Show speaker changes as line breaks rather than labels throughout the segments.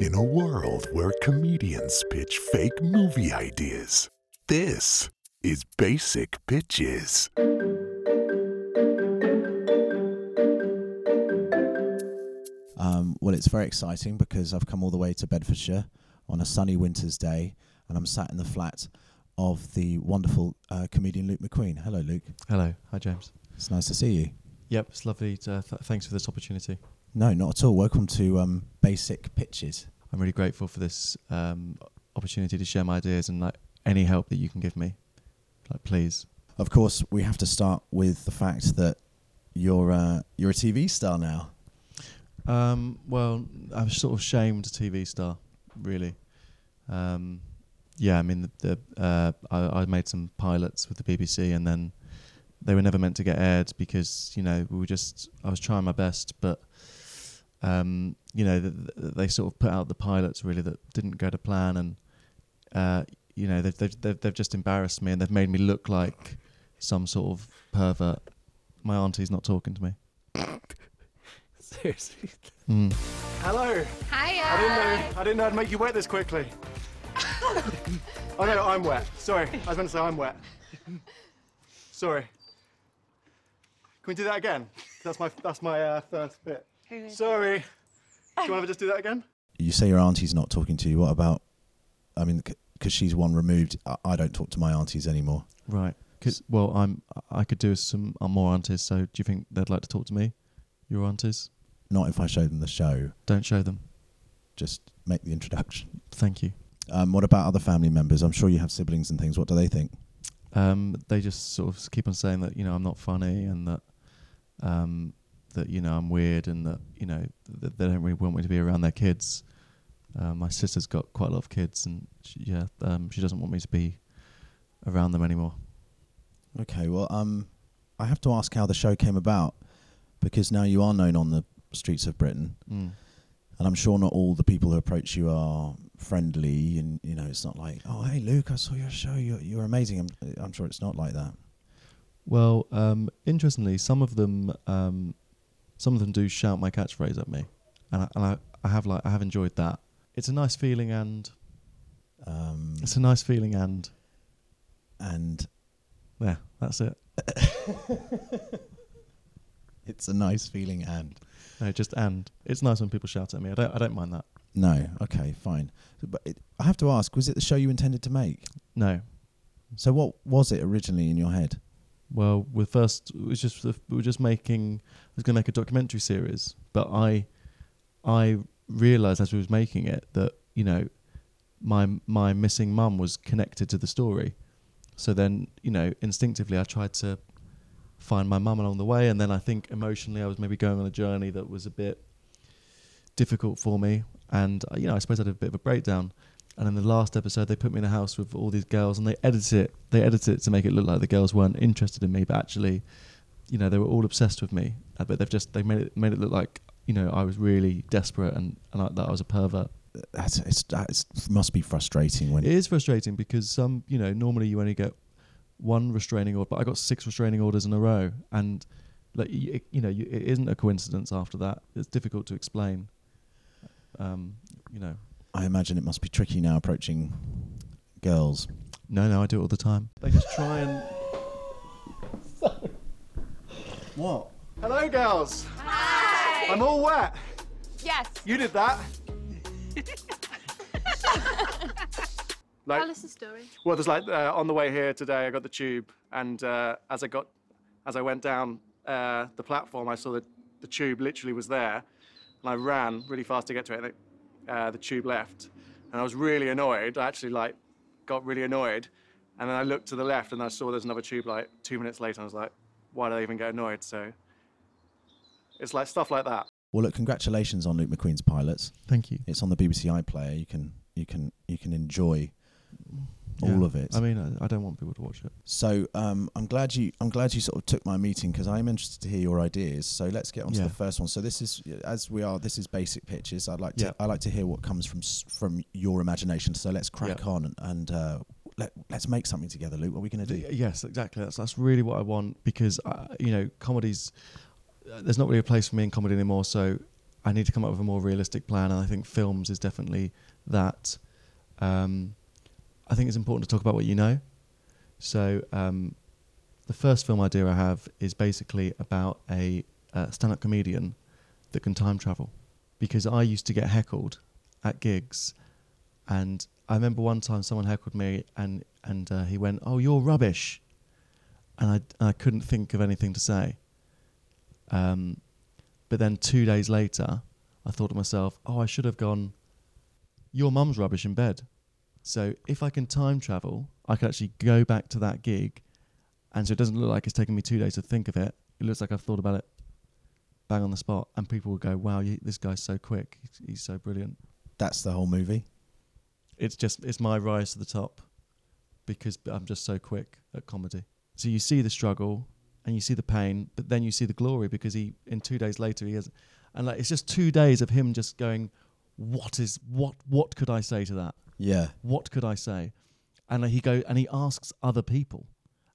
In a world where comedians pitch fake movie ideas, this is Basic Pitches.
Um, well, it's very exciting because I've come all the way to Bedfordshire on a sunny winter's day, and I'm sat in the flat of the wonderful uh, comedian Luke McQueen. Hello, Luke.
Hello. Hi, James.
It's nice to see you.
Yep, it's lovely. To, uh, th- thanks for this opportunity.
No, not at all. Welcome to um, Basic Pitches.
I'm really grateful for this um, opportunity to share my ideas and like any help that you can give me. Like, please.
Of course, we have to start with the fact that you're uh, you're a TV star now.
Um, well, I'm sort of shamed TV star, really. Um, yeah, I mean, the, the uh, I, I made some pilots with the BBC, and then they were never meant to get aired because you know we were just I was trying my best, but um, you know th th they sort of put out the pilots really that didn't go to plan, and uh, you know they've, they've they've they've just embarrassed me and they've made me look like some sort of pervert. My auntie's not talking to me.
Seriously.
Mm.
Hello. I didn't know. I didn't know I'd make you wet this quickly. oh no, I'm wet. Sorry, I was going to say I'm wet. Sorry. Can we do that again? That's my that's my uh, first bit. Sorry. Do you want to just do that again?
You say your auntie's not talking to you. What about? I mean, because she's one removed, I, I don't talk to my aunties anymore.
Right. 'Cause- well, I'm I could do with some uh, more aunties. So do you think they'd like to talk to me? Your aunties?
Not if I show them the show.
Don't show them.
Just make the introduction.
Thank you.
Um, what about other family members? I'm sure you have siblings and things. What do they think?
um, they just sort of keep on saying that you know I'm not funny and that um, that you know I'm weird and that you know that they don't really want me to be around their kids. Uh, my sister's got quite a lot of kids and she, yeah, um, she doesn't want me to be around them anymore.
Okay, well, um, I have to ask how the show came about because now you are known on the streets of Britain,
Mm.
and I'm sure not all the people who approach you are friendly, and you know it's not like, oh, hey, Luke, I saw your show, you're you're amazing. I'm I'm sure it's not like that.
Well, um, interestingly, some of them um, some of them do shout my catchphrase at me, and I, and I, I have like I have enjoyed that. It's a nice feeling and
Um,
it's a nice feeling and
and
yeah, that's it.
it's a nice feeling, and
No, just and it's nice when people shout at me. I don't I don't mind that.
no, okay, fine. But it, I have to ask, was it the show you intended to make?
No.
So what was it originally in your head?
Well, we first it was just the, we were just making. I was going to make a documentary series, but I, I realized as we was making it that you know, my my missing mum was connected to the story, so then you know instinctively I tried to find my mum along the way, and then I think emotionally I was maybe going on a journey that was a bit difficult for me, and uh, you know I suppose I had a bit of a breakdown. And in the last episode, they put me in a house with all these girls, and they edited it. They edited it to make it look like the girls weren't interested in me, but actually, you know, they were all obsessed with me. Uh, But they've just they made it made it look like you know I was really desperate and and I, that I was a pervert.
That's it's, that's must be frustrating when
It is frustrating because some you know normally you only get one restraining order, but I got six restraining orders in a row, and like y- it, you know you, it isn't a coincidence. After that, it's difficult to explain. Um, you know,
I imagine it must be tricky now approaching girls.
no, no, I do it all the time. They just try and.
What?
Hello, girls. Hi. I'm all wet.
Yes.
You did that. like,
a story.
Well, there's like uh, on the way here today, I got the tube, and uh, as I got, as I went down uh, the platform, I saw that the tube literally was there, and I ran really fast to get to it, and it, uh, the tube left, and I was really annoyed. I actually like got really annoyed, and then I looked to the left, and I saw there's another tube like two minutes later, and I was like, why did I even get annoyed? So it's like stuff like that.
Well, look, congratulations on Luke McQueen's pilots.
Thank you.
It's on the BBC iPlayer. You can you can you can enjoy all
Yeah.
of it.
I mean, I, I don't want people to watch it.
so um, I'm glad you I'm glad you sort of took my meeting because I'm interested to hear your ideas. So let's get on to
Yeah.
the first one. So this is as we are. This is basic pitches. I'd like to
Yeah.
I like to hear what comes from s- from your imagination. So let's crack
Yeah.
on and, and uh, let let's make something together, Luke. What are we going to do?
Y- Yes, exactly. That's that's really what I uh, want because I, you know, comedies. uh, There's not really a place for me in comedy anymore, so I I need to come up with a more realistic plan. And I think films is definitely that. Um, I think it's important to talk about what you know. So um, the first film idea I have is basically about a, uh stand-up comedian that can time travel, because I used to get heckled at gigs, and I remember one time someone heckled me, and and uh, he went, "Oh, you're rubbish," and I I couldn't think of anything to say. Um, but then two days later, I thought to myself, "Oh, I should have gone. Your mum's rubbish in bed." So if I can time travel, I could actually go back to that gig, and so it doesn't look like it's taken me two days to think of it. It looks like I've thought about it, bang on the spot, and people will go, "Wow, you, this guy's so quick. He's, he's so brilliant."
That's the whole movie.
It's just it's my rise to the top, because I'm just so quick at comedy. So you see the struggle and you see the pain, but then you see the glory because he in two days later he has, and like it's just two days of him just going, "What is what? What could I say to that?"
Yeah.
what could I say? And he go and he asks other people,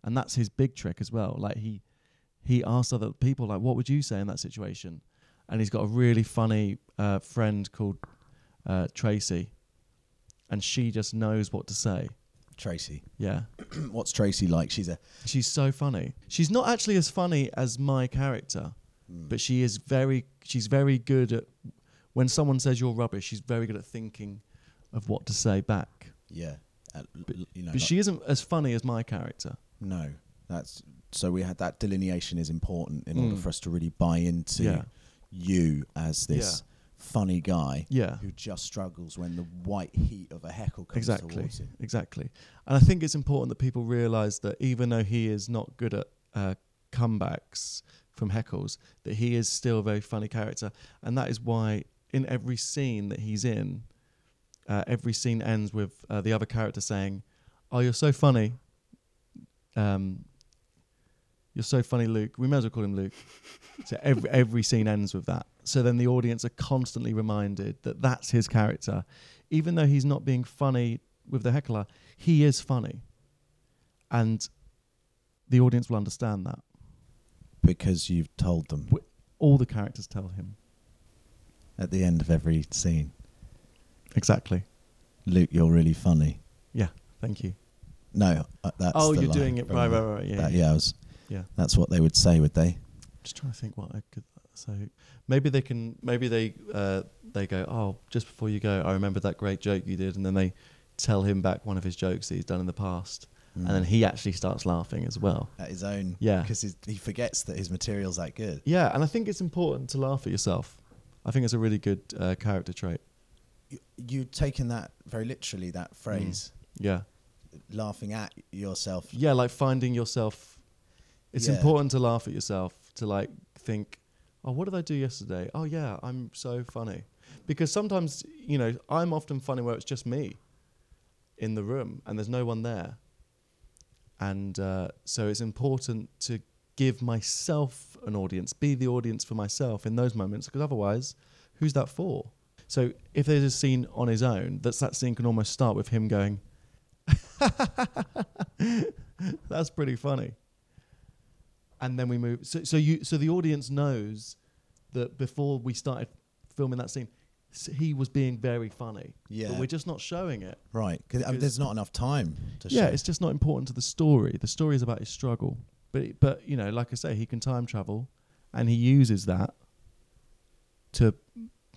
and that's his big trick as well. Like he he asks other people, like, what would you say in that situation? And he's got a really funny uh, friend called uh, Tracy, and she just knows what to say.
Tracy.
Yeah,
What's Tracy like? She's a
she's so funny. She's not actually as funny as my character, but she is very she's very good at when someone says you're rubbish. She's very good at thinking of what to say back.
yeah. Uh, l- l- you know,
But
like-
she isn't as funny as my character.
no. That's so we had that delineation is important in order
Mm.
for us to really buy into
Yeah.
you as this funny guy
Yeah.
who just struggles when the white heat of a heckle comes
Exactly.
towards him.
Exactly. And I think it's important that people realise that even though he is not good at uh, comebacks from heckles, that he is still a very funny character. And that is why in every scene that he's in, uh, every scene ends with uh, the other character saying, Oh, you're so funny. Um, you're so funny, Luke. We may as well call him Luke. so every, every scene ends with that. So then the audience are constantly reminded that that's his character. Even though he's not being funny with the heckler, he is funny. And the audience will understand that.
Because you've told them
W- All the characters tell him.
at the end of every scene,
Exactly.
Luke, you're really funny.
Yeah. Thank you.
No, uh, that's
oh,
the
you're
line
doing it
from
right, right, right. Yeah.
that-
yeah.
yeah, I was,
yeah.
that's what they would say, would they?
just trying to think what I could. So maybe they can. Maybe they uh, they go. Oh, just before you go, I remember that great joke you did, and then they tell him back one of his jokes that he's done in the past, and then he actually starts laughing as well.
at his own.
Yeah.
because he forgets that his material's that good.
Yeah, and I think it's important to laugh at yourself. I think it's a really good uh, character trait.
You, you've taken that very literally. That phrase,
Yeah,
laughing at yourself.
yeah, like finding yourself. It's
Yeah.
important to laugh at yourself to like think, oh, what did I do yesterday? Oh yeah, I'm so funny, because sometimes you know I'm often funny where it's just me, in the room and there's no one there, and uh, so it's important to give myself an audience, be the audience for myself in those moments, because otherwise, who's that for? So if there's a scene on his own, that's that scene can almost start with him going, that's pretty funny. And then we move. So, so you, so the audience knows that before we started filming that scene, s- he was being very funny.
Yeah.
But we're just not showing it.
Right, 'cause, I mean,
Because-
there's not enough time to
yeah,
show.
it's just not important to the story. The story is about his struggle. But but you know, like I say, he can time travel, and he uses that to,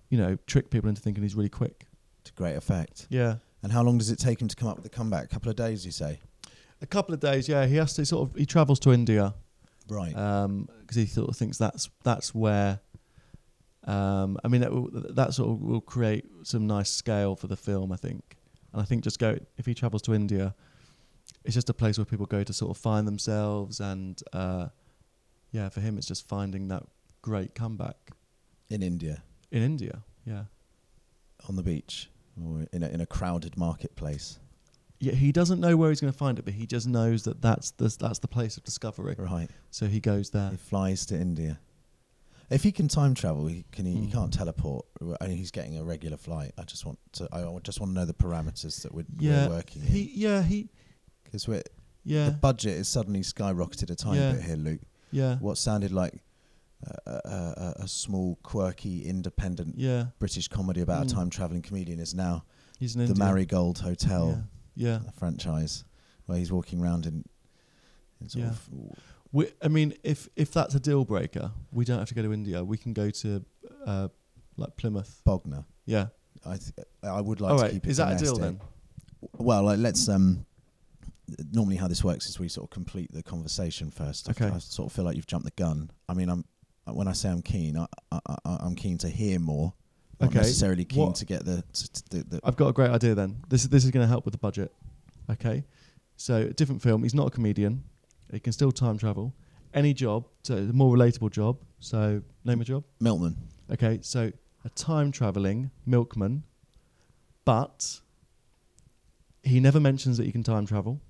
you know, trick people into thinking he's really quick.
to great effect.
Yeah.
And how long does it take him to come up with a comeback? A couple of days, you say?
A couple of days, yeah. He has to sort of he travels to India
Right.
because Um, he sort of thinks that's that's where. Um, I mean, that, will- that sort of will create some nice scale for the film, I think. And I think just go if he travels to India, it's just a place where people go to sort of find themselves, and uh, yeah, for him, it's just finding that great comeback
in India,
in India. Yeah,
on the beach, or in a, in a crowded marketplace.
yeah. He doesn't know where he's going to find it, but he just knows that that's the that's the place of discovery.
Right.
So he goes there.
He flies to India. If he can time travel, he can. He, he
Mm.
can't teleport. I mean, he's getting a regular flight. I just want to. I just want to know the parameters that we're,
yeah,
we're working
he yeah he
because we're
yeah
the budget is suddenly skyrocketed a tiny
Yeah.
bit here, Luke.
yeah.
What sounded like a, a, a small, quirky, independent
Yeah,
British comedy about
Mm.
a time traveling comedian is now
he's an
the
Indian.
Marigold Hotel
Yeah, yeah.
franchise, where he's walking around in, in sort
Yeah.
of
We, I mean, if if that's a deal breaker, we don't have to go to India. We can go to uh, like Plymouth.
Bognor.
Yeah.
I th- I would like
All
to
right.
keep it
Is that a deal
domestic.
then?
Well, like, let's um. Normally, how this works is we sort of complete the conversation first. I-
Okay.
I sort of feel like you've jumped the gun. I mean, I'm when I say I'm keen, I, I, I I'm keen to hear more. Not
Okay,
necessarily keen
what-
to get the, to, to, the, the
I've got a great idea then. This is this is going to help with the budget. Okay. So a different film. He's not a comedian. He can still time travel. Any job, so a more relatable job. So name a job.
Milkman.
Okay. So a time traveling milkman, but he never mentions that he can time travel.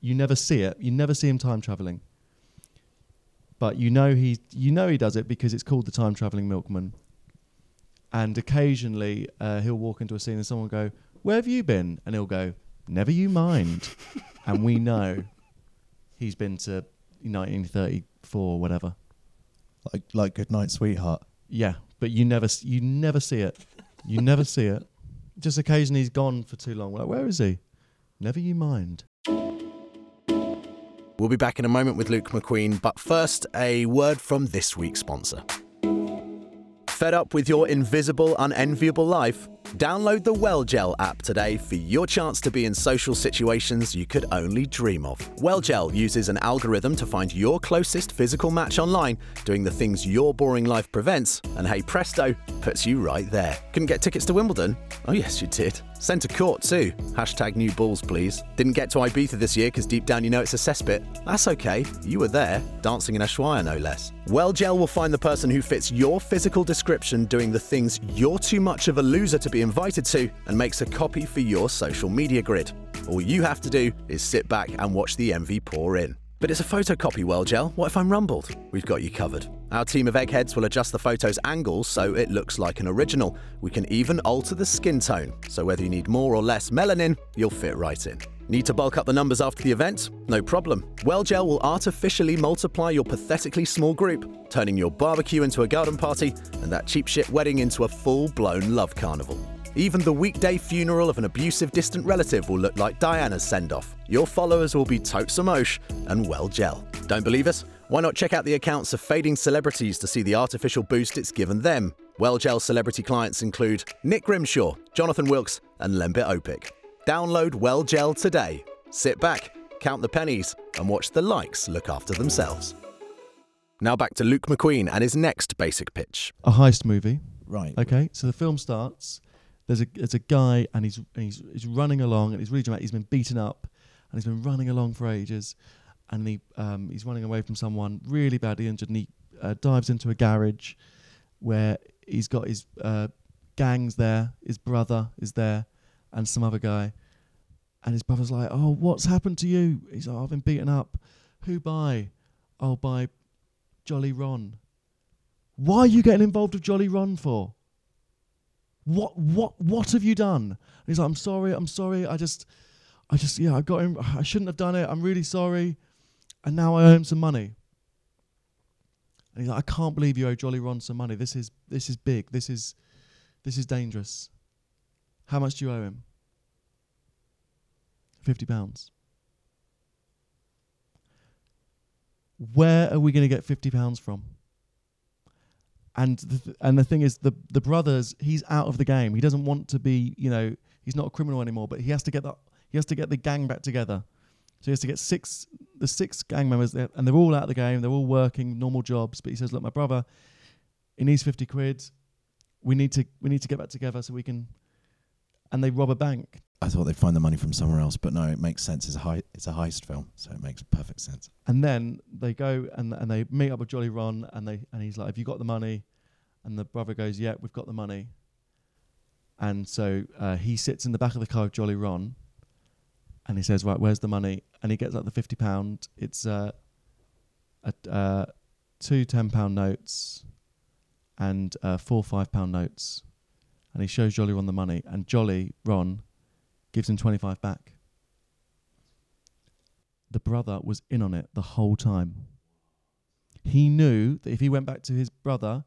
You never see it. You never see him time traveling. But you know he you know he does it because it's called the time traveling milkman. And occasionally uh, he'll walk into a scene and someone will go, "Where have you been?" And he'll go, "Never you mind." and we know he's been to 1934 or whatever.
Like like Good Night Sweetheart.
Yeah, but you never s- you never see it. You never see it. Just occasionally he's gone for too long. Like, where is he? Never you mind.
We'll be back in a moment with Luke McQueen, but first, a word from this week's sponsor. Fed up with your invisible, unenviable life? Download the WellGel app today for your chance to be in social situations you could only dream of. WellGel uses an algorithm to find your closest physical match online, doing the things your boring life prevents, and hey presto, puts you right there. Couldn't get tickets to Wimbledon? Oh yes, you did. Sent to court too. Hashtag new balls, please. Didn't get to Ibiza this year because deep down you know it's a cesspit. That's okay. You were there, dancing in Ushuaia no less. WellGel will find the person who fits your physical description doing the things you're too much of a loser to be invited to and makes a copy for your social media grid. All you have to do is sit back and watch the envy pour in. But it's a photocopy WellGel. What if I'm rumbled? We've got you covered. Our team of eggheads will adjust the photo's angle so it looks like an original. We can even alter the skin tone, so whether you need more or less melanin, you'll fit right in. Need to bulk up the numbers after the event? No problem. WellGel will artificially multiply your pathetically small group, turning your barbecue into a garden party and that cheap shit wedding into a full blown love carnival. Even the weekday funeral of an abusive distant relative will look like Diana's send off. Your followers will be totes emosh and well gel. Don't believe us? Why not check out the accounts of fading celebrities to see the artificial boost it's given them? Well gel celebrity clients include Nick Grimshaw, Jonathan Wilkes, and Lembit Opik. Download Well Gel today. Sit back, count the pennies, and watch the likes look after themselves. Now back to Luke McQueen and his next basic pitch.
A heist movie.
Right.
Okay, so the film starts. There's a there's a guy and he's and he's, he's running along and he's really dramatic. He's been beaten up, and he's been running along for ages, and he um, he's running away from someone really badly injured, and he uh, dives into a garage, where he's got his uh, gangs there. His brother is there, and some other guy, and his brother's like, "Oh, what's happened to you?" He's like, "I've been beaten up. Who by? Oh, by Jolly Ron." Why are you getting involved with Jolly Ron for? What what what have you done? And he's like, I'm sorry, I'm sorry. I just, I just yeah, I got him. I shouldn't have done it. I'm really sorry. And now I owe him some money. And he's like, I can't believe you owe Jolly Ron some money. This is this is big. This is this is dangerous. How much do you owe him? Fifty pounds. Where are we going to get fifty pounds from? and the th- and the thing is the the brothers he's out of the game he doesn't want to be you know he's not a criminal anymore but he has to get that he has to get the gang back together so he has to get six the six gang members there, and they're all out of the game they're all working normal jobs but he says look my brother he needs 50 quid we need to we need to get back together so we can and they rob a bank
I thought they'd find the money from somewhere else, but no, it makes sense. It's a hei- it's a heist film, so it makes perfect sense.
And then they go and and they meet up with Jolly Ron and they and he's like, "Have you got the money?" And the brother goes, "Yeah, we've got the money." And so uh, he sits in the back of the car with Jolly Ron, and he says, "Right, where's the money?" And he gets out the fifty pound. It's uh, a uh, two ten pound notes, and uh, four five pound notes, and he shows Jolly Ron the money, and Jolly Ron gives him twenty five back the brother was in on it the whole time. he knew that if he went back to his brother,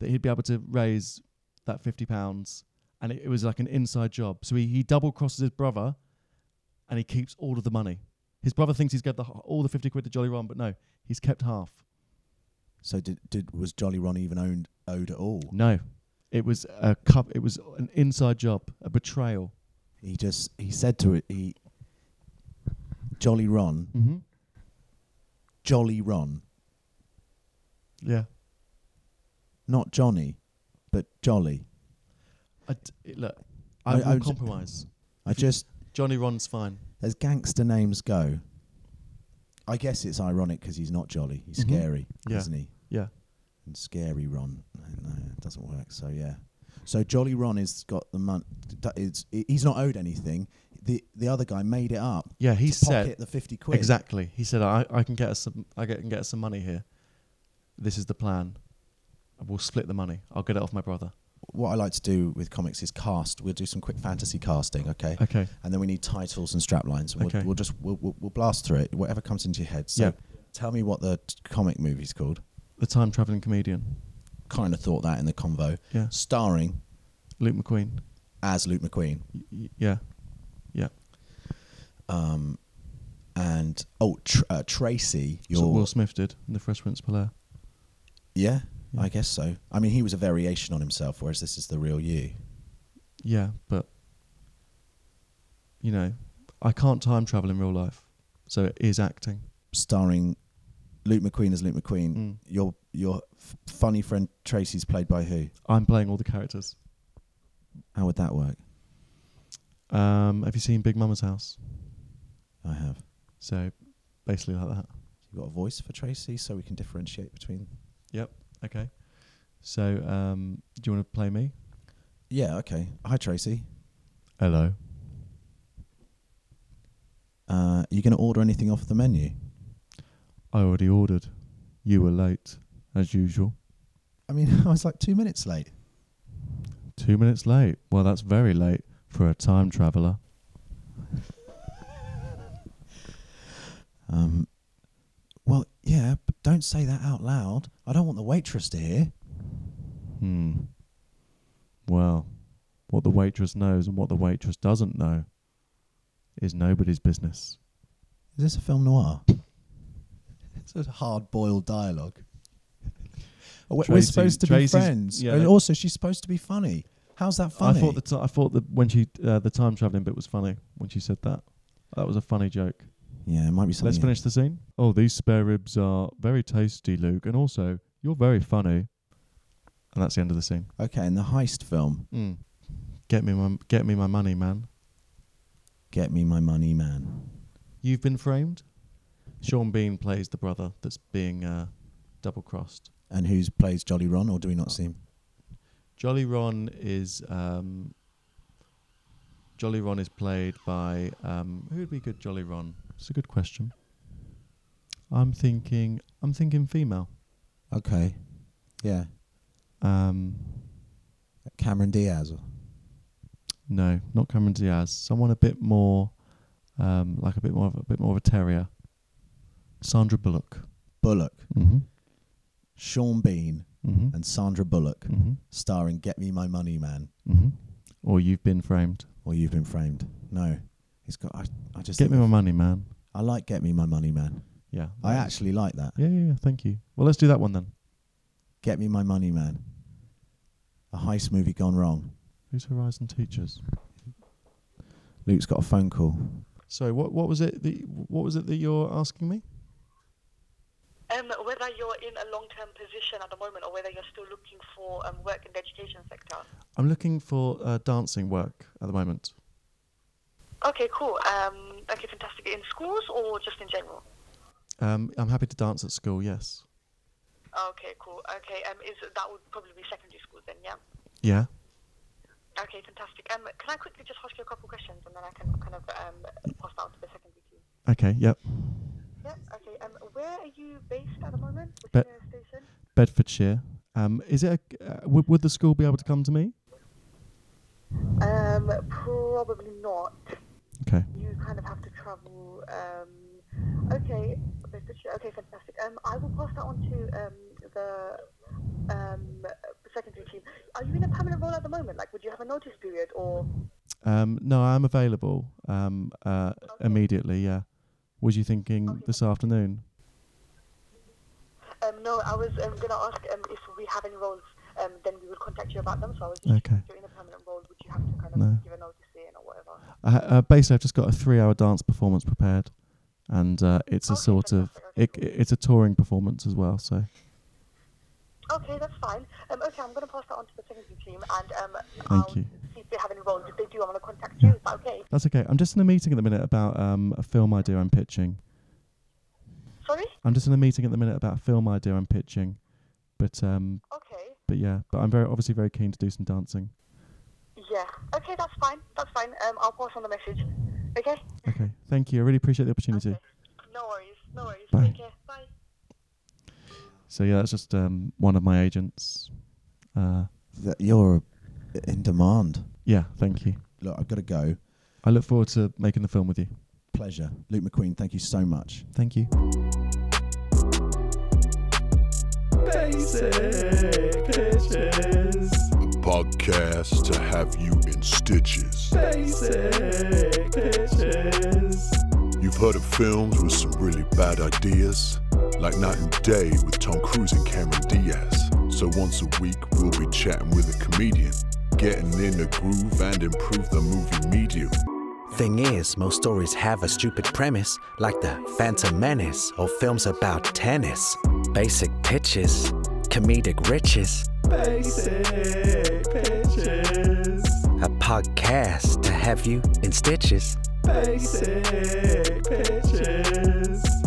that he'd be able to raise that fifty pounds, and it, it was like an inside job. So he, he double crosses his brother, and he keeps all of the money. His brother thinks he's got the, h- all the fifty quid to Jolly Ron, but no, he's kept half.
So did, did was Jolly Ron even owned owed at all?
No, it was a cup. It was an inside job, a betrayal.
He just he said to it he Jolly Ron,
Mm-hmm.
Jolly Ron,
Yeah.
not Johnny, but Jolly.
I d- it- look, I,
I-
will
I would-
compromise.
I just
Johnny Ron's fine.
as gangster names go, I guess it's ironic because he's not jolly. He's
Mhm.
scary,
Yeah.
isn't he?
Yeah.
And scary Ron. No, it doesn't work. So yeah. So jolly Ron has got the money. It's i- he's not owed anything. The the other guy made it up.
Yeah, he
to
said
pocket the fifty quid.
exactly. He said, "I, I can get us some. I get, can get us some money here. This is the plan. We'll split the money. I'll get it off my brother."
What I like to do with comics is cast. We'll do some quick fantasy casting. Okay.
Okay.
And then we need titles and strap lines. We'll,
Okay.
we'll just we'll, we'll, we'll blast through it. Whatever comes into your head. So
Yeah.
tell me what the t- comic movie's called.
The time traveling comedian,
Kind of thought that in the convo.
Yeah.
Starring
Luke McQueen.
as Luke McQueen.
Y- y- yeah. Yeah.
Um, and oh, tr- uh, Tracy,
So
your
Will Smith did in the Fresh Prince of Bel Air.
yeah,
Yeah.
I guess so. I mean, he was a variation on himself, whereas this is the real you.
Yeah, but you know, I can't time travel in real life, so it is acting.
Starring Luke McQueen as Luke McQueen.
Mm.
Your your f- funny friend Tracy's played by who?
I'm playing all the characters.
How would that work?
Um, have you seen Big Mama's House?
I have.
So basically like that.
You got a voice for Tracy, so we can differentiate between.
Okay. So um, do you want to play me?
Yeah. Okay. Hi, Tracy.
Hello.
Uh, you going to order anything off the menu?
I already ordered. You were late, as usual.
I mean, I was like two minutes late.
Two minutes late. Well, that's very late for a time traveller.
Um, well, yeah, but don't say that out loud. I don't want the waitress to hear.
Hmm. Well, what the waitress knows and what the waitress doesn't know is nobody's business.
Is this a film noir? It's a hard-boiled dialogue. We're
Tracy-
supposed to
Tracy's-
be friends,
yeah,
and
that-
also she's supposed to be funny. How's that funny?
I thought that I thought that when she uh, the time traveling bit was funny when she said that. That was a funny joke.
yeah, it might be something.
Let's finish the scene. Oh, these spare ribs are very tasty, Luke, and also you're very funny. And that's the end of the scene.
Okay, in the heist film,
Mm. Get me my get me my money, man.
"Get Me My Money, Man."
You've been framed. Sean Bean plays the brother that's being uh, double crossed.
And who's plays Jolly Ron, or do we not see him?
Jolly Ron is um, Jolly Ron is played by um, who would be good Jolly Ron? It's a good question. I'm thinking I'm thinking female.
Okay, yeah,
Um,
Cameron Diaz. or-
no, not Cameron Diaz. Someone a bit more um, like a bit more of a bit more of a terrier. Sandra Bullock.
Bullock,
Mm-hmm.
Sean Bean,
Mm-hmm.
and Sandra Bullock,
Mm-hmm.
starring "Get Me My Money, Man."
Mm-hmm. Or you've been framed.
or you've been framed. No, it's got. I, I just
Get me
think
my
of-
money, man.
I like get me my money, man.
Yeah.
I
that-
actually like that.
Yeah, yeah, yeah. Thank you. Well, let's do that one then.
Get me my money, man. A heist movie gone wrong.
Who's Horizon Teachers?
Luke's got a phone call.
So what what was it that what was it that you're asking me?
Um, whether you're in a long-term position at the moment, or whether you're still looking for um, work in the education sector.
I'm looking for uh, dancing work at the moment.
Okay, cool. Um, okay, fantastic. In schools or just in general?
Um, I'm happy to dance at school. Yes.
Okay, cool. Okay, um, is that would probably be secondary schools then? Yeah.
Yeah.
Okay, fantastic. Um, can I quickly just ask you a couple questions, and then I can kind of um, pass that on to the secondary team?
Okay. Yep.
Yep. Okay. Um, where are you based at the moment? Which
Be-
uh, station?
Bedfordshire. Um, is it? A, uh, would, would the school be able to come to me?
Um, probably not.
Okay.
you kind of have to travel um, Okay, that's good shit. okay, fantastic. Um, I will pass that on to um, the um, secondary team. Are you in a permanent role at the moment? Like, would you have a notice period or?
Um, no, I'm available um, uh, immediately. Yeah. Was you thinking this afternoon?
Um, no, I was um, going to ask um, if we have any roles, um, then we would contact you about them. So I was just
Okay.
if you're in a permanent role, would you have to kind of
No.
give a notice in or whatever?
I, uh, basically, I've just got a three-hour dance performance prepared, and uh, it's a
Okay,
sort of
fantastic,
it,
okay,
it's a touring performance as well. So
Okay, that's fine. Um, okay, I'm going to pass that on to the secondary team and um,
Thank
I'll
you.
see if they have any roles. If they do, I'm going to contact you. Is that okay?
that's okay. I'm just in a meeting at the minute about um, a film idea I'm pitching.
Sorry?
I'm just in a meeting at the minute about a film idea I'm pitching, but um,
Okay.
but yeah, but I'm very obviously very keen to do some dancing.
Yeah. Okay, that's fine. That's fine. Um, I'll pass on the message. Okay?
Okay, thank you. I really appreciate the opportunity.
Okay. No worries. No worries.
Bye.
Take care. Bye.
So yeah, that's just um, one of my agents. Uh,
That you're in demand.
yeah, thank you.
Look, I've got to go.
I look forward to making the film with you.
Pleasure, Luke McQueen. Thank you so much.
Thank you.
The podcast to have you in stitches. You've heard of films with some really bad ideas, like Night and Day with Tom Cruise and Cameron Diaz. So once a week, we'll be chatting with a comedian, getting in the groove and improve the movie medium.
Thing is, most stories have a stupid premise, like the Phantom Menace or films about tennis. Basic pitches, comedic riches. Basic pitches. A podcast to have you in stitches. Basic pitches.